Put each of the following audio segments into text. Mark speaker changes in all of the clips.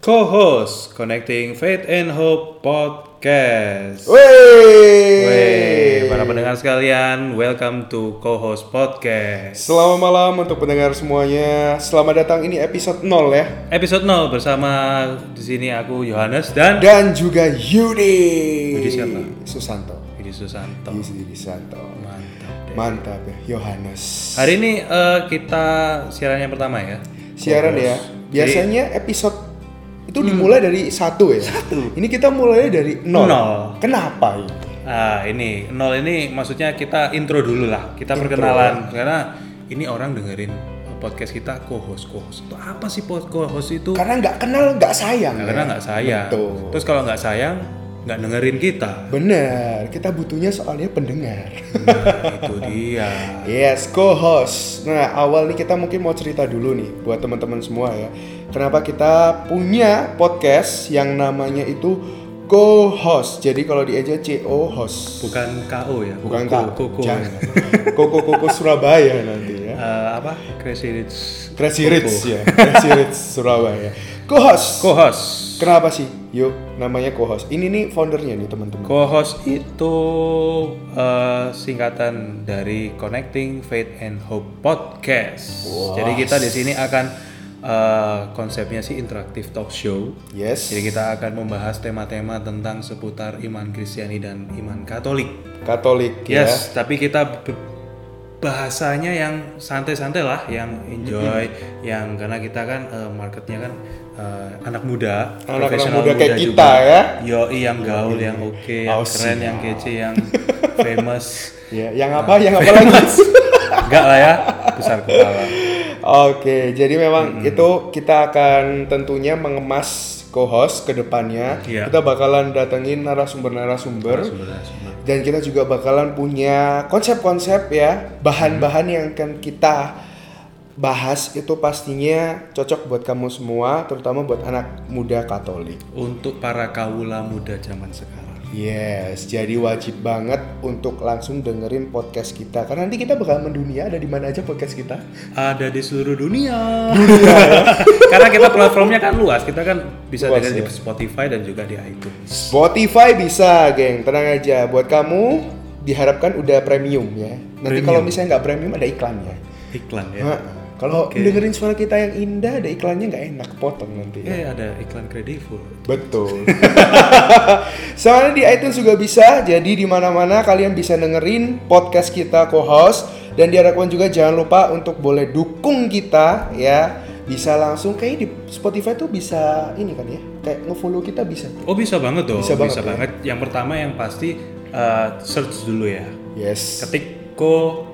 Speaker 1: co-host Connecting Faith and Hope Podcast.
Speaker 2: Wey.
Speaker 1: Wey, para pendengar sekalian, welcome to co-host podcast.
Speaker 2: Selamat malam untuk pendengar semuanya. Selamat datang ini episode 0 ya.
Speaker 1: Episode 0 bersama di sini aku Yohanes dan
Speaker 2: Dan juga Yudi.
Speaker 1: Yudi siapa?
Speaker 2: Susanto.
Speaker 1: Yudi Susanto.
Speaker 2: Yudi Susanto.
Speaker 1: Mantap deh.
Speaker 2: Mantap ya, Yohanes.
Speaker 1: Hari ini eh, kita siaran yang pertama ya.
Speaker 2: Siaran ya. Biasanya episode
Speaker 1: Hmm.
Speaker 2: itu dimulai dari satu ya. Satu. Ini kita mulai dari nol.
Speaker 1: Nol.
Speaker 2: Kenapa ya? ini?
Speaker 1: Ah, ini nol ini maksudnya kita intro dulu lah. Kita perkenalan karena ini orang dengerin podcast kita co-host co-host itu apa sih pod- co-host itu?
Speaker 2: Karena nggak kenal nggak sayang.
Speaker 1: Nah,
Speaker 2: ya.
Speaker 1: karena nggak sayang.
Speaker 2: Betul.
Speaker 1: Terus kalau nggak sayang, nggak dengerin kita.
Speaker 2: Bener. Kita butuhnya soalnya pendengar.
Speaker 1: Nah, itu dia.
Speaker 2: Yes, co-host. Nah, awal nih kita mungkin mau cerita dulu nih buat teman-teman semua ya. Kenapa kita punya podcast yang namanya itu co-host. Jadi kalau di aja CO host.
Speaker 1: Bukan KO ya.
Speaker 2: Bukan
Speaker 1: Koko-
Speaker 2: Kak.
Speaker 1: Koko.
Speaker 2: Jangan. Koko-koko Surabaya nanti ya.
Speaker 1: Eh, apa? Crazy Rich.
Speaker 2: Crazy
Speaker 1: Koko.
Speaker 2: Rich ya. Crazy Rich Surabaya. Co-host.
Speaker 1: Co-host.
Speaker 2: Kenapa sih? Yuk, namanya co-host. Ini nih foundernya nih teman-teman.
Speaker 1: Co-host itu eh, singkatan dari Connecting Faith and Hope Podcast. Jadi kita di sini akan eh, konsepnya sih interaktif talk show.
Speaker 2: Yes.
Speaker 1: Jadi gitu. kita akan membahas tema-tema tentang seputar iman Kristiani dan iman Katolik.
Speaker 2: Katolik ya.
Speaker 1: Yes, tapi kita be- bahasanya yang santai-santai lah, yang enjoy, yang karena kita kan eh, marketnya kan eh, anak muda,
Speaker 2: Anak-anak
Speaker 1: profesional
Speaker 2: muda kayak
Speaker 1: juga.
Speaker 2: kita ya.
Speaker 1: Yoi yang gaul, yang oke, yang keren, yang kece, yang famous.
Speaker 2: Ya, yang
Speaker 1: Ah.
Speaker 2: apa? Yang apa lagi?
Speaker 1: Enggak lah ya, besar kepala.
Speaker 2: Oke, jadi memang itu kita akan tentunya mengemas co-host ke depannya.
Speaker 1: Iya.
Speaker 2: Kita bakalan datengin narasumber-narasumber
Speaker 1: Benar-benar.
Speaker 2: dan kita juga bakalan punya konsep-konsep ya, bahan-bahan yang akan kita bahas itu pastinya cocok buat kamu semua, terutama buat anak muda Katolik.
Speaker 1: Untuk para kawula muda zaman sekarang.
Speaker 2: Yes, jadi wajib banget untuk langsung dengerin podcast kita karena nanti kita bakal mendunia ada di mana aja podcast kita.
Speaker 1: Ada di seluruh dunia. Karena kita platformnya kan luas, kita kan bisa
Speaker 2: ya. Luas,
Speaker 1: dengar
Speaker 2: ya.
Speaker 1: di Spotify dan juga di iTunes.
Speaker 2: Spotify bisa, geng. Tenang aja. Buat kamu diharapkan udah premium ya. Nanti
Speaker 1: Premium.
Speaker 2: kalau misalnya nggak premium ada iklannya.
Speaker 1: Iklan ya.
Speaker 2: Heeh. Kalau
Speaker 1: Oke.
Speaker 2: dengerin suara kita yang indah ada iklannya nggak enak potong nanti. ya.
Speaker 1: Eh ada iklan kredivo.
Speaker 2: Betul. Soalnya di iTunes juga bisa. Jadi di mana-mana kalian bisa dengerin podcast kita co-host dan diharapkan juga jangan lupa untuk boleh dukung kita ya. Bisa langsung kayak di Spotify tuh bisa ini kan ya. Kayak nge-follow kita bisa.
Speaker 1: Oh bisa banget dong.
Speaker 2: Bisa banget, ya.
Speaker 1: Yang pertama yang pasti eh, search dulu ya.
Speaker 2: Yes.
Speaker 1: Ketik co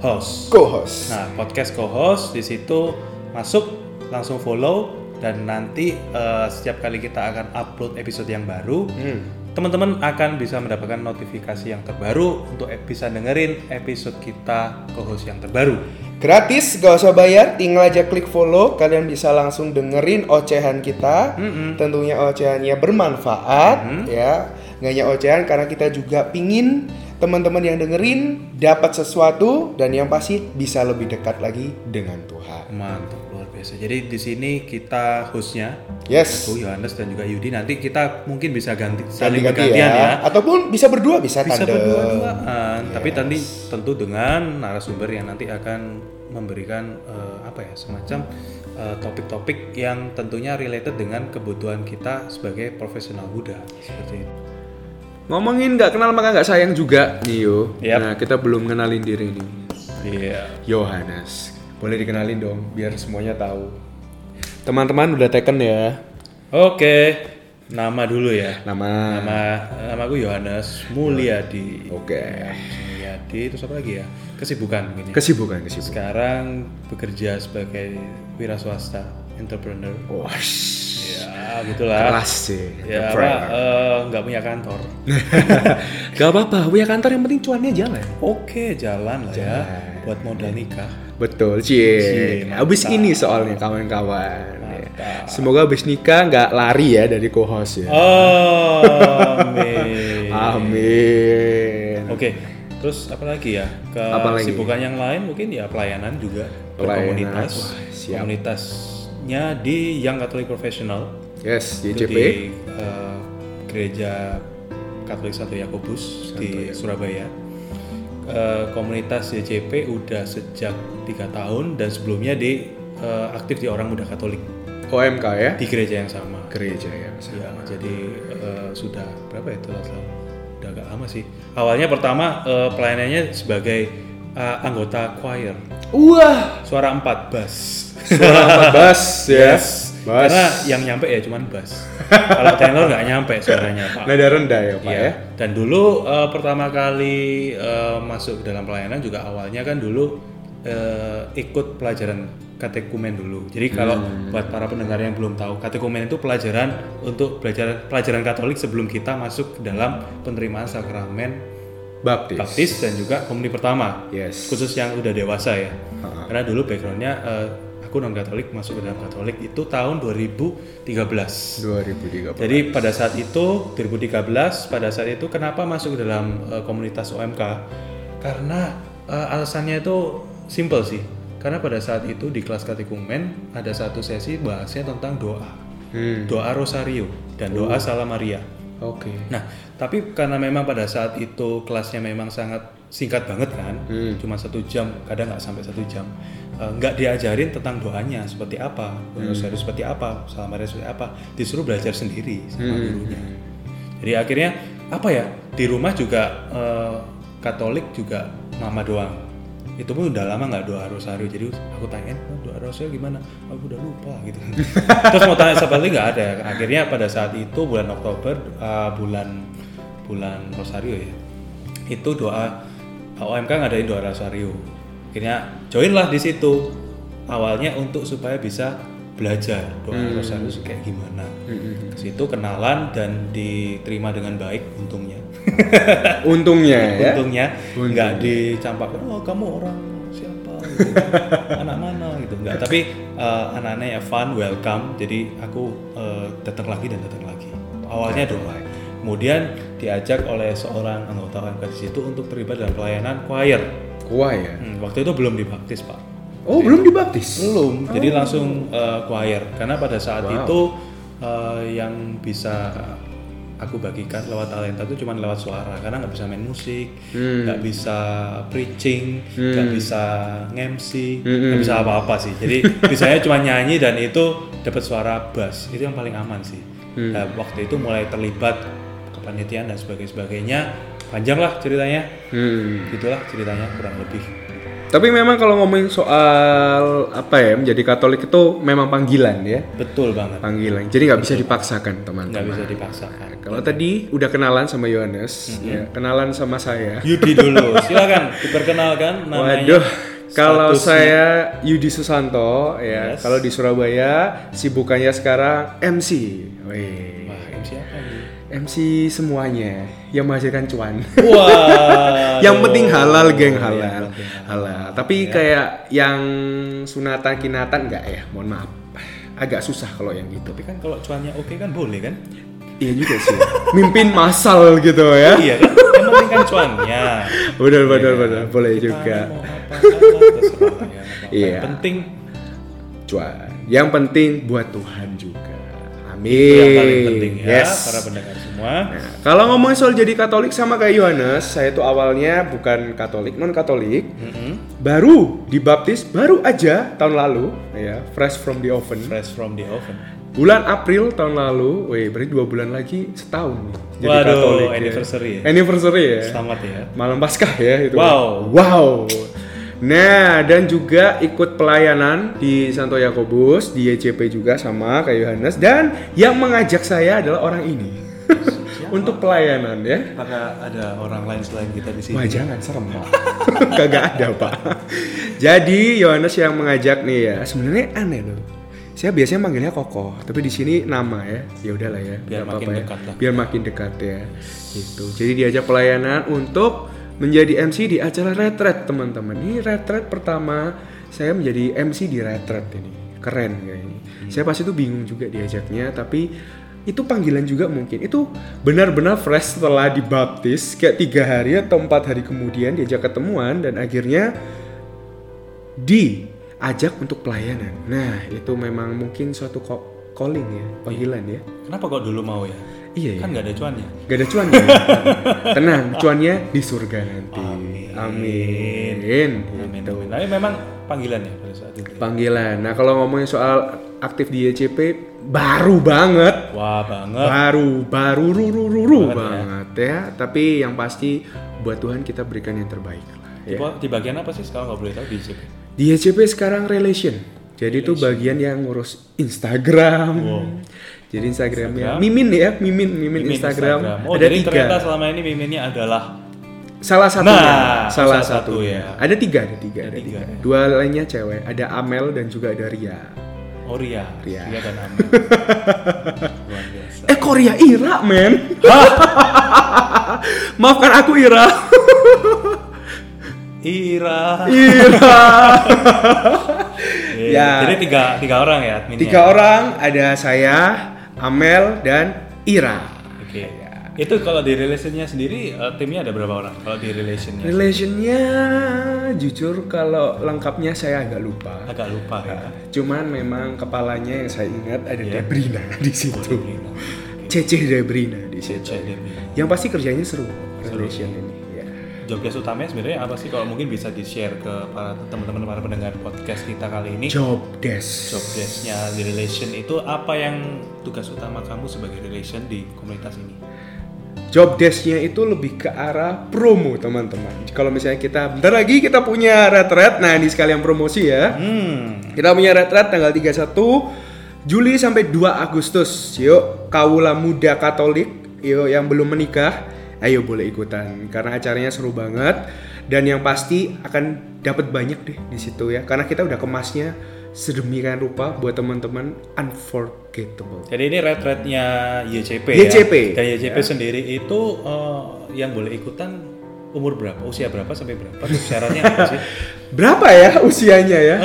Speaker 1: host.
Speaker 2: Co-host.
Speaker 1: Nah podcast co host di situ masuk langsung follow dan nanti eh, setiap kali kita akan upload episode yang baru.
Speaker 2: Hmm.
Speaker 1: Teman-teman akan bisa mendapatkan notifikasi yang terbaru untuk eh, bisa dengerin episode kita co-host yang terbaru.
Speaker 2: Gratis, gak usah bayar, tinggal aja klik follow. Kalian bisa langsung dengerin ocehan kita.
Speaker 1: Mm-mm.
Speaker 2: Tentunya ocehannya bermanfaat ya. Nggak hanya ocehan karena kita juga pingin teman-teman yang dengerin dapat sesuatu dan yang pasti bisa lebih dekat lagi dengan Tuhan.
Speaker 1: Mantap luar biasa. Jadi di sini kita hostnya
Speaker 2: Yes.
Speaker 1: aku Yohanes Oh, dan juga Yudi nanti kita mungkin bisa ganti saling
Speaker 2: Ganti-ganti
Speaker 1: bergantian ya.
Speaker 2: Ataupun bisa berdua, bisa,
Speaker 1: Bisa
Speaker 2: tandem.
Speaker 1: berdua-duaan, tapi nanti tentu dengan narasumber yang nanti akan memberikan eh, apa ya semacam eh, topik-topik yang tentunya related dengan kebutuhan kita sebagai profesional muda seperti itu.
Speaker 3: Ngomongin nggak kenal maka nggak sayang juga nih yo.
Speaker 1: Yap.
Speaker 3: Nah kita belum kenalin diri nih.
Speaker 1: Iya.
Speaker 3: Yohanes.
Speaker 2: Boleh dikenalin dong, biar semuanya tahu. Teman-teman udah teken ya.
Speaker 1: Oke, nama dulu ya.
Speaker 3: Nama.
Speaker 1: Nama namaku Yohanes Mulyadi.
Speaker 3: Oke.
Speaker 1: Mulyadi itu apa lagi ya? Kesibukan mungkin. ya.
Speaker 3: Kesibukan kesibukan.
Speaker 1: Sekarang bekerja sebagai wira swasta, entrepreneur.
Speaker 3: Wah.
Speaker 1: Ya, gitulah.
Speaker 3: Oh, Kelas sih.
Speaker 1: Ya, apa,
Speaker 3: Entrepreneur.
Speaker 1: eh, nggak punya kantor.
Speaker 3: Gak apa-apa. Punya kantor yang penting cuannya jalan.
Speaker 1: Oke, jalan lah ya. Buat modal nikah.
Speaker 3: Betul,
Speaker 1: Cie,
Speaker 3: cie.
Speaker 1: mantap.
Speaker 3: Abis ini soalnya kawan-kawan.
Speaker 1: Mantap.
Speaker 3: Semoga abis nikah nggak lari ya dari co-host ya.
Speaker 1: Oh, amin.
Speaker 3: Amin.
Speaker 1: Oke, terus apa lagi ya?
Speaker 3: Apa lagi?
Speaker 1: Kesibukan yang lain mungkin ya pelayanan juga.
Speaker 3: Pelayanan.
Speaker 1: Berkomunitas.
Speaker 3: Wah, siap.
Speaker 1: Komunitasnya di Young Catholic Professional.
Speaker 2: Yes,
Speaker 1: Itu
Speaker 2: YCP.
Speaker 1: di eh, gereja Katolik Santo Yakobus di Surabaya. Eh, komunitas YCP udah sejak tiga tahun dan sebelumnya di eh, aktif di orang muda Katolik
Speaker 2: OMK ya.
Speaker 1: di gereja yang sama.
Speaker 2: Gereja ya.
Speaker 1: Ya, jadi eh, sudah berapa itu Udah agak lama sih. Awalnya pertama eh, pelayanannya sebagai eh, anggota choir,
Speaker 2: Wah,
Speaker 1: suara empat bass.
Speaker 2: suara bass ya.
Speaker 1: Yes.
Speaker 2: Bass.
Speaker 1: Karena yang nyampe ya cuman bass. Kalau tenor nggak nyampe suaranya Pak.
Speaker 2: nada rendah ya, Pak
Speaker 1: Iya.
Speaker 2: ya.
Speaker 1: Dan dulu eh, pertama kali eh, masuk ke dalam pelayanan juga awalnya kan dulu eh, ikut pelajaran katekumen dulu. Jadi kalau
Speaker 2: Hmm.
Speaker 1: buat para pendengar yang belum tahu, katekumen itu pelajaran untuk belajar pelajaran Katolik sebelum kita masuk ke dalam penerimaan sakramen
Speaker 2: Baptis.
Speaker 1: baptis dan juga komuni pertama.
Speaker 2: Yes.
Speaker 1: Khusus yang udah dewasa ya.
Speaker 2: Ha-ha.
Speaker 1: Karena dulu backgroundnya eh, aku non Katolik masuk ke dalam Katolik itu tahun 2013.
Speaker 2: 2013.
Speaker 1: Jadi pada saat itu 2013 pada saat itu kenapa masuk ke dalam eh, komunitas OMK? Karena eh, alasannya itu simple sih. Karena pada saat itu di kelas katekumen ada satu sesi bahasnya tentang doa.
Speaker 2: Hmm.
Speaker 1: Doa rosario dan doa salam Maria.
Speaker 2: Oke.
Speaker 1: Nah, tapi karena memang pada saat itu kelasnya memang sangat singkat banget kan, cuma satu jam, kadang nggak sampai satu jam, Eh, nggak diajarin tentang doanya seperti apa, harus harus seperti apa, salam Maria seperti apa, disuruh belajar sendiri sama gurunya. Jadi akhirnya apa ya di rumah juga eh, Katolik juga mama doang, itu pun udah lama nggak doa rosario, jadi aku tanyain "Oh, doa rosario gimana, aku udah lupa gitu. Terus mau tanya siapa lagi nggak ada. Akhirnya pada saat itu bulan Oktober, eh, bulan bulan rosario ya, itu doa OMK ngadain doa rosario. Akhirnya join lah di situ. Awalnya untuk supaya bisa belajar doa rosario kayak gimana. Di situ kenalan dan diterima dengan baik untungnya. Nah.
Speaker 2: Untungnya ya.
Speaker 1: untungnya nggak dicampak oh kamu orang siapa gitu. anak mana gitu nggak tapi eh, anak-anaknya ya fun welcome jadi aku eh, datang lagi dan datang lagi awalnya doa kemudian diajak oleh seorang anggota OMK di situ untuk terlibat dalam pelayanan choir
Speaker 2: Kuah ya.
Speaker 1: Hmm, waktu itu belum dibaptis pak
Speaker 2: Oh, belum dibaptis.
Speaker 1: belum jadi langsung eh, choir karena pada saat
Speaker 2: Wow.
Speaker 1: itu eh, yang bisa aku bagikan lewat talenta itu cuma lewat suara karena nggak bisa main musik nggak bisa preaching nggak bisa ngemsi nggak bisa apa-apa sih jadi bisanya cuma nyanyi dan itu dapat suara bass itu yang paling aman sih Nah, waktu itu mulai terlibat kepanitiaan dan sebagainya sebagainya panjang lah ceritanya
Speaker 2: Hmm.
Speaker 1: gitulah ceritanya kurang lebih
Speaker 2: Tapi memang kalau ngomongin soal apa ya menjadi Katolik itu memang panggilan ya,
Speaker 1: betul banget
Speaker 2: panggilan. Jadi nggak bisa
Speaker 1: nggak
Speaker 2: dipaksakan teman-teman.
Speaker 1: bisa dipaksakan
Speaker 2: Kalau tadi udah kenalan sama Yohanes, ya, kenalan sama saya.
Speaker 1: Yudi dulu, silakan diperkenalkan namanya.
Speaker 2: Waduh, kalau
Speaker 1: statusnya.
Speaker 2: saya Yudi Susanto ya,
Speaker 1: Yes.
Speaker 2: kalau di Surabaya sibukannya sekarang MC. Wih.
Speaker 1: Wah, MC apa ini?
Speaker 2: MC semuanya yang menghasilkan cuan.
Speaker 1: Wah.
Speaker 2: yang penting halal
Speaker 1: Iya, Yang
Speaker 2: geng halal.
Speaker 1: penting Iya.
Speaker 2: Halal. Tapi kayak yang sunatan kinatan enggak ya? Mohon maaf. Agak susah kalau yang gitu.
Speaker 1: Tapi kan kalau cuannya oke kan boleh kan?
Speaker 2: Iya juga sih. Mimpin masal gitu ya.
Speaker 1: Iya kan? Yang penting kan cuannya. Iya.
Speaker 2: Benar benar benar. Boleh
Speaker 1: Kita
Speaker 2: juga.
Speaker 1: mau apa, apa, terserah lah ya, nggak apa-apa.
Speaker 2: Iya.
Speaker 1: Yang penting
Speaker 2: Cuan. Yang penting buat Tuhan juga. Amin.
Speaker 1: itu yang paling penting ya
Speaker 2: Iya, Yes.
Speaker 1: para pendengar semua.
Speaker 2: Nah, kalau ngomongin soal jadi Katolik sama kayak Yohanes, saya itu awalnya bukan Katolik, non Katolik,
Speaker 1: Mm-mm.
Speaker 2: baru dibaptis baru aja tahun lalu, ya fresh from the oven.
Speaker 1: Fresh from the oven.
Speaker 2: Bulan April tahun lalu, weh berarti dua bulan lagi setahun nih jadi
Speaker 1: Waduh,
Speaker 2: Katolik. ya.
Speaker 1: anniversary ya?
Speaker 2: Anniversary ya.
Speaker 1: Selamat ya.
Speaker 2: Malam Paskah ya itu.
Speaker 1: Wow.
Speaker 2: Wow. Nah, dan juga ikut pelayanan di Santo Yakobus, di YCP juga sama kayak Yohanes dan yang mengajak saya adalah orang ini. Untuk pelayanan ya.
Speaker 1: Apakah ada orang lain selain kita di sini?
Speaker 2: Wah jangan serem pak, kagak ada pak. Jadi Yohanes yang mengajak nih ya, sebenarnya aneh loh. Saya biasanya manggilnya Koko, tapi di sini nama ya. Ya udahlah ya,
Speaker 1: Biar
Speaker 2: nggak
Speaker 1: makin
Speaker 2: apa-apa
Speaker 1: dekat lah.
Speaker 2: Biar makin dekat ya. Gitu. Jadi diajak pelayanan untuk menjadi MC di acara retret teman-teman. Ini retret pertama saya menjadi MC di retret ini. Keren kayak ini.
Speaker 1: Hmm.
Speaker 2: Saya pas itu bingung juga diajaknya, tapi itu panggilan juga mungkin itu benar-benar fresh setelah dibaptis kayak tiga hari atau empat hari kemudian diajak ketemuan dan akhirnya diajak untuk pelayanan. Nah, itu memang mungkin suatu ko- calling ya, panggilan ya.
Speaker 1: Kenapa kok dulu mau ya?
Speaker 2: Iya ya.
Speaker 1: Kan nggak ada cuannya.
Speaker 2: Gak ada cuannya. Tenang, cuannya di surga nanti. Amin.
Speaker 1: Amin.
Speaker 2: Gitu.
Speaker 1: amin. Tapi memang panggilannya pada saat itu.
Speaker 2: Panggilan. Nah, kalau ngomongin soal aktif di YCP baru banget.
Speaker 1: Wah banget.
Speaker 2: baru baru ru ru ru, ru
Speaker 1: Banget ya.
Speaker 2: banget ya tapi yang pasti buat Tuhan kita berikan yang terbaik lah
Speaker 1: Di,
Speaker 2: ya.
Speaker 1: di bagian apa sih sekarang nggak boleh tahu di ICP?
Speaker 2: di YCP sekarang relation jadi itu bagian yang ngurus Instagram jadi
Speaker 1: Instagram.
Speaker 2: Instagramnya mimin ya mimin mimin,
Speaker 1: Mimin
Speaker 2: Instagram,
Speaker 1: Oh,
Speaker 2: ada
Speaker 1: jadi
Speaker 2: tiga
Speaker 1: ternyata selama ini miminnya adalah
Speaker 2: salah satunya
Speaker 1: Nah,
Speaker 2: ya. salah
Speaker 1: salah satu
Speaker 2: satunya
Speaker 1: ya.
Speaker 2: ada tiga ada tiga ada,
Speaker 1: Ada
Speaker 2: tiga.
Speaker 1: tiga, ya.
Speaker 2: dua lainnya cewek ada Amel dan juga ada Ria
Speaker 1: Oria. Oh,
Speaker 2: Ria.
Speaker 1: Ria dan Amel. Luar biasa.
Speaker 2: eh Korea Ira men maafkan aku Ira
Speaker 1: Ira.
Speaker 2: Ira
Speaker 1: Iya.
Speaker 2: Ya.
Speaker 1: Jadi tiga tiga orang ya adminnya.
Speaker 2: Tiga orang ada saya, Amel dan Ira.
Speaker 1: Oke. Itu kalau di relationnya sendiri eh, timnya ada berapa orang? Kalau di relationnya
Speaker 2: Relationnya jujur kalau lengkapnya saya agak lupa.
Speaker 1: agak lupa ya.
Speaker 2: Cuman memang kepalanya yang saya ingat ada
Speaker 1: Iya.
Speaker 2: Debrina di situ. Cece Debrina di situ.
Speaker 1: Cece Debrina.
Speaker 2: Yang pasti kerjanya seru relation ini. ya.
Speaker 1: Job desk utamanya sebenarnya apa sih? Kalau mungkin bisa di share ke para teman-teman para pendengar podcast kita kali ini.
Speaker 2: Job desk.
Speaker 1: Job desknya di relation itu apa yang tugas utama kamu sebagai relation di komunitas ini?
Speaker 2: job desknya itu lebih ke arah promo teman-teman. Kalau misalnya kita bentar lagi kita punya retret, nah ini sekalian promosi ya.
Speaker 1: Hmm.
Speaker 2: Kita punya retret tanggal 31 Juli sampai 2 Agustus. Yuk, kaula muda Katolik, yuk yang belum menikah, ayo boleh ikutan karena acaranya seru banget dan yang pasti akan dapat banyak deh di situ ya. Karena kita udah kemasnya sedemikian rupa buat teman-teman unforgettable.
Speaker 1: Jadi ini retretnya YCP,
Speaker 2: YCP,
Speaker 1: ya. Dan YCP sendiri itu eh, yang boleh ikutan umur berapa, usia berapa sampai berapa? Terus Syaratnya apa sih?
Speaker 2: Berapa ya usianya ya?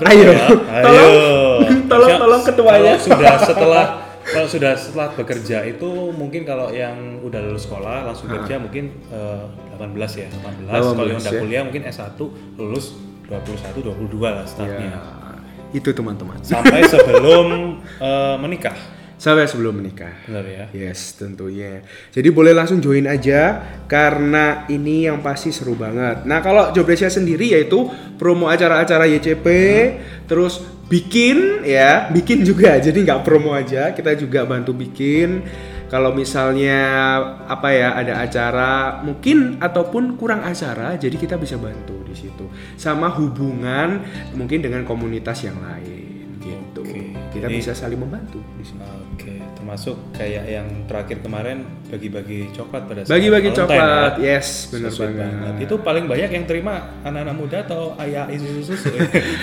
Speaker 1: Eh,
Speaker 2: Ayo.
Speaker 1: ya?
Speaker 2: Tolong- tolong-
Speaker 1: Siap-
Speaker 2: tolong ketuanya.
Speaker 1: Kalau sudah setelah kalau sudah setelah bekerja itu mungkin kalau yang udah lulus sekolah langsung kerja mungkin eh, 18 ya, 18. kalau yang udah
Speaker 2: 18 Ah. ya.
Speaker 1: kuliah mungkin S1 lulus 21 22 lah startnya.
Speaker 2: Ya, itu teman-teman.
Speaker 1: Sampai sebelum eh, menikah.
Speaker 2: Sampai sebelum menikah.
Speaker 1: Benar ya?
Speaker 2: Yes, tentunya. Jadi boleh langsung join aja karena ini yang pasti seru banget. Nah, kalau jobdesknya sendiri yaitu promo acara-acara YCP, terus bikin ya, bikin juga. Jadi nggak promo aja, kita juga bantu bikin. Kalau misalnya apa ya ada acara mungkin ataupun kurang acara, jadi kita bisa bantu di situ. Sama hubungan mungkin dengan komunitas yang lain gitu.
Speaker 1: Oke,
Speaker 2: Kita
Speaker 1: jadi-
Speaker 2: bisa saling membantu di sini.
Speaker 1: Oke, termasuk kayak yang terakhir kemarin bagi-bagi coklat pada saat
Speaker 2: Bagi-bagi
Speaker 1: Valentine,
Speaker 2: coklat,
Speaker 1: ya.
Speaker 2: yes, benar
Speaker 1: So sweet
Speaker 2: banget.
Speaker 1: Itu paling banyak yang terima anak-anak muda atau ayah isu susu.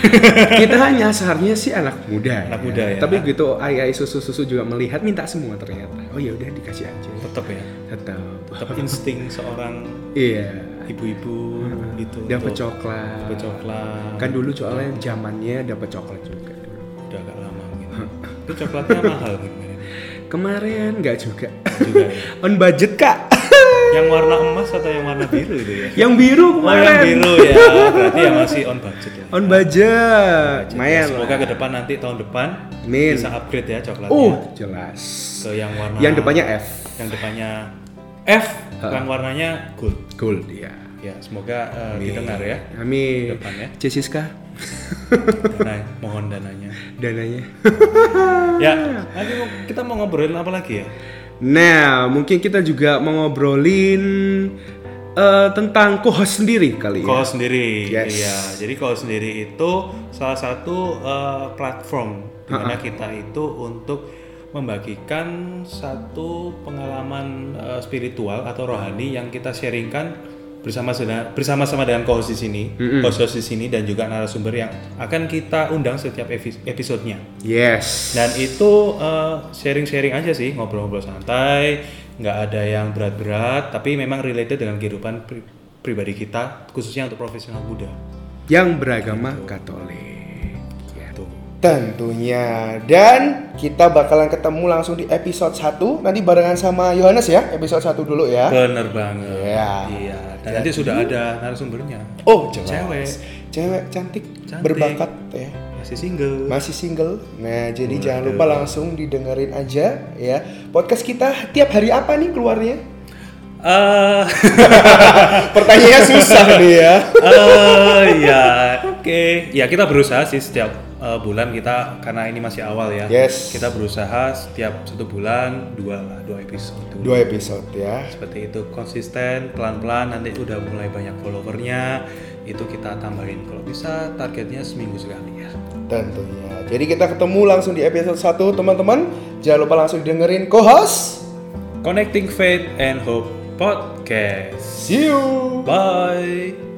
Speaker 2: Kita nyasarnya sih anak muda.
Speaker 1: Anak muda ya.
Speaker 2: Tapi gitu ayah susu susu juga melihat minta semua ternyata. Oh ya udah dikasih aja.
Speaker 1: tetap ya,
Speaker 2: Tetap.
Speaker 1: tetap insting seorang
Speaker 2: Iya.
Speaker 1: ibu-ibu gitu.
Speaker 2: Dapat
Speaker 1: untuk
Speaker 2: coklat.
Speaker 1: Dapat coklat.
Speaker 2: Kan dulu soalnya zamannya dapat coklat juga. dulu.
Speaker 1: udah agak lama gitu. Itu coklatnya mahal gimana?
Speaker 2: Kemarin nggak juga.
Speaker 1: Juga. ya.
Speaker 2: On budget kak.
Speaker 1: Yang warna emas atau yang warna biru itu ya?
Speaker 2: yang biru
Speaker 1: Oh, yang
Speaker 2: kemarin.
Speaker 1: biru ya. Berarti ya masih on budget ya.
Speaker 2: On budget. Lumayan
Speaker 1: Semoga
Speaker 2: lah.
Speaker 1: ke depan nanti tahun depan
Speaker 2: Min.
Speaker 1: bisa upgrade ya coklatnya.
Speaker 2: Oh jelas.
Speaker 1: ke yang warna
Speaker 2: Yang depannya F.
Speaker 1: yang depannya F yang warnanya gold
Speaker 2: Gold ya.
Speaker 1: ya semoga eh, didengar ya
Speaker 2: Amin.
Speaker 1: Depannya.
Speaker 2: Jessica
Speaker 1: Dana, mohon dananya
Speaker 2: dananya.
Speaker 1: ya nanti mau- kita mau ngobrolin apa lagi ya
Speaker 2: Nah, mungkin kita juga mau ngobrolin eh, tentang co-host sendiri kali ya.
Speaker 1: Call sendiri
Speaker 2: Yes.
Speaker 1: iya jadi call sendiri itu salah satu eh, platform di mana kita itu untuk membagikan satu pengalaman eh, spiritual atau rohani yang kita sharingkan bersama bersama sama dengan co-host di sini, co-host di sini dan juga narasumber yang akan kita undang setiap epi- episodenya.
Speaker 2: Yes.
Speaker 1: Dan itu eh, sharing-sharing aja sih, ngobrol-ngobrol santai, nggak ada yang berat-berat, tapi memang related dengan kehidupan pri- pribadi kita, khususnya untuk profesional muda.
Speaker 2: yang beragama Katolik. Ya.
Speaker 1: Tuh.
Speaker 4: Tentunya. Dan kita bakalan ketemu langsung di episode 1 nanti barengan sama Yohanes ya, episode 1 dulu ya.
Speaker 1: Bener banget.
Speaker 4: Iya.
Speaker 1: Iya. Dan nanti sudah ada narasumbernya.
Speaker 4: Oh, jelas.
Speaker 1: Cewek.
Speaker 4: Cewek cantik,
Speaker 1: Cantik.
Speaker 4: berbakat ya.
Speaker 1: Ya, masih single.
Speaker 2: masih single. Nah, jadi jangan lupa langsung didengerin aja ya. Podcast kita tiap hari apa nih keluarnya?
Speaker 1: Eh,
Speaker 2: Pertanyaannya susah nih ya.
Speaker 1: eh, ya, oke. Ya kita berusaha sih setiap eh, bulan kita karena ini masih awal ya.
Speaker 2: Yes.
Speaker 1: Kita berusaha setiap satu bulan dua lah dua episode.
Speaker 2: Dua episode ya.
Speaker 1: Seperti itu konsisten pelan-pelan nanti udah mulai banyak followernya itu kita tambahin kalau bisa targetnya seminggu sekali ya.
Speaker 2: Tentunya. Jadi kita ketemu langsung di episode 1 teman-teman. Jangan lupa langsung dengerin co-host.
Speaker 1: Connecting Faith and Hope podcast.
Speaker 2: See you.
Speaker 1: Bye.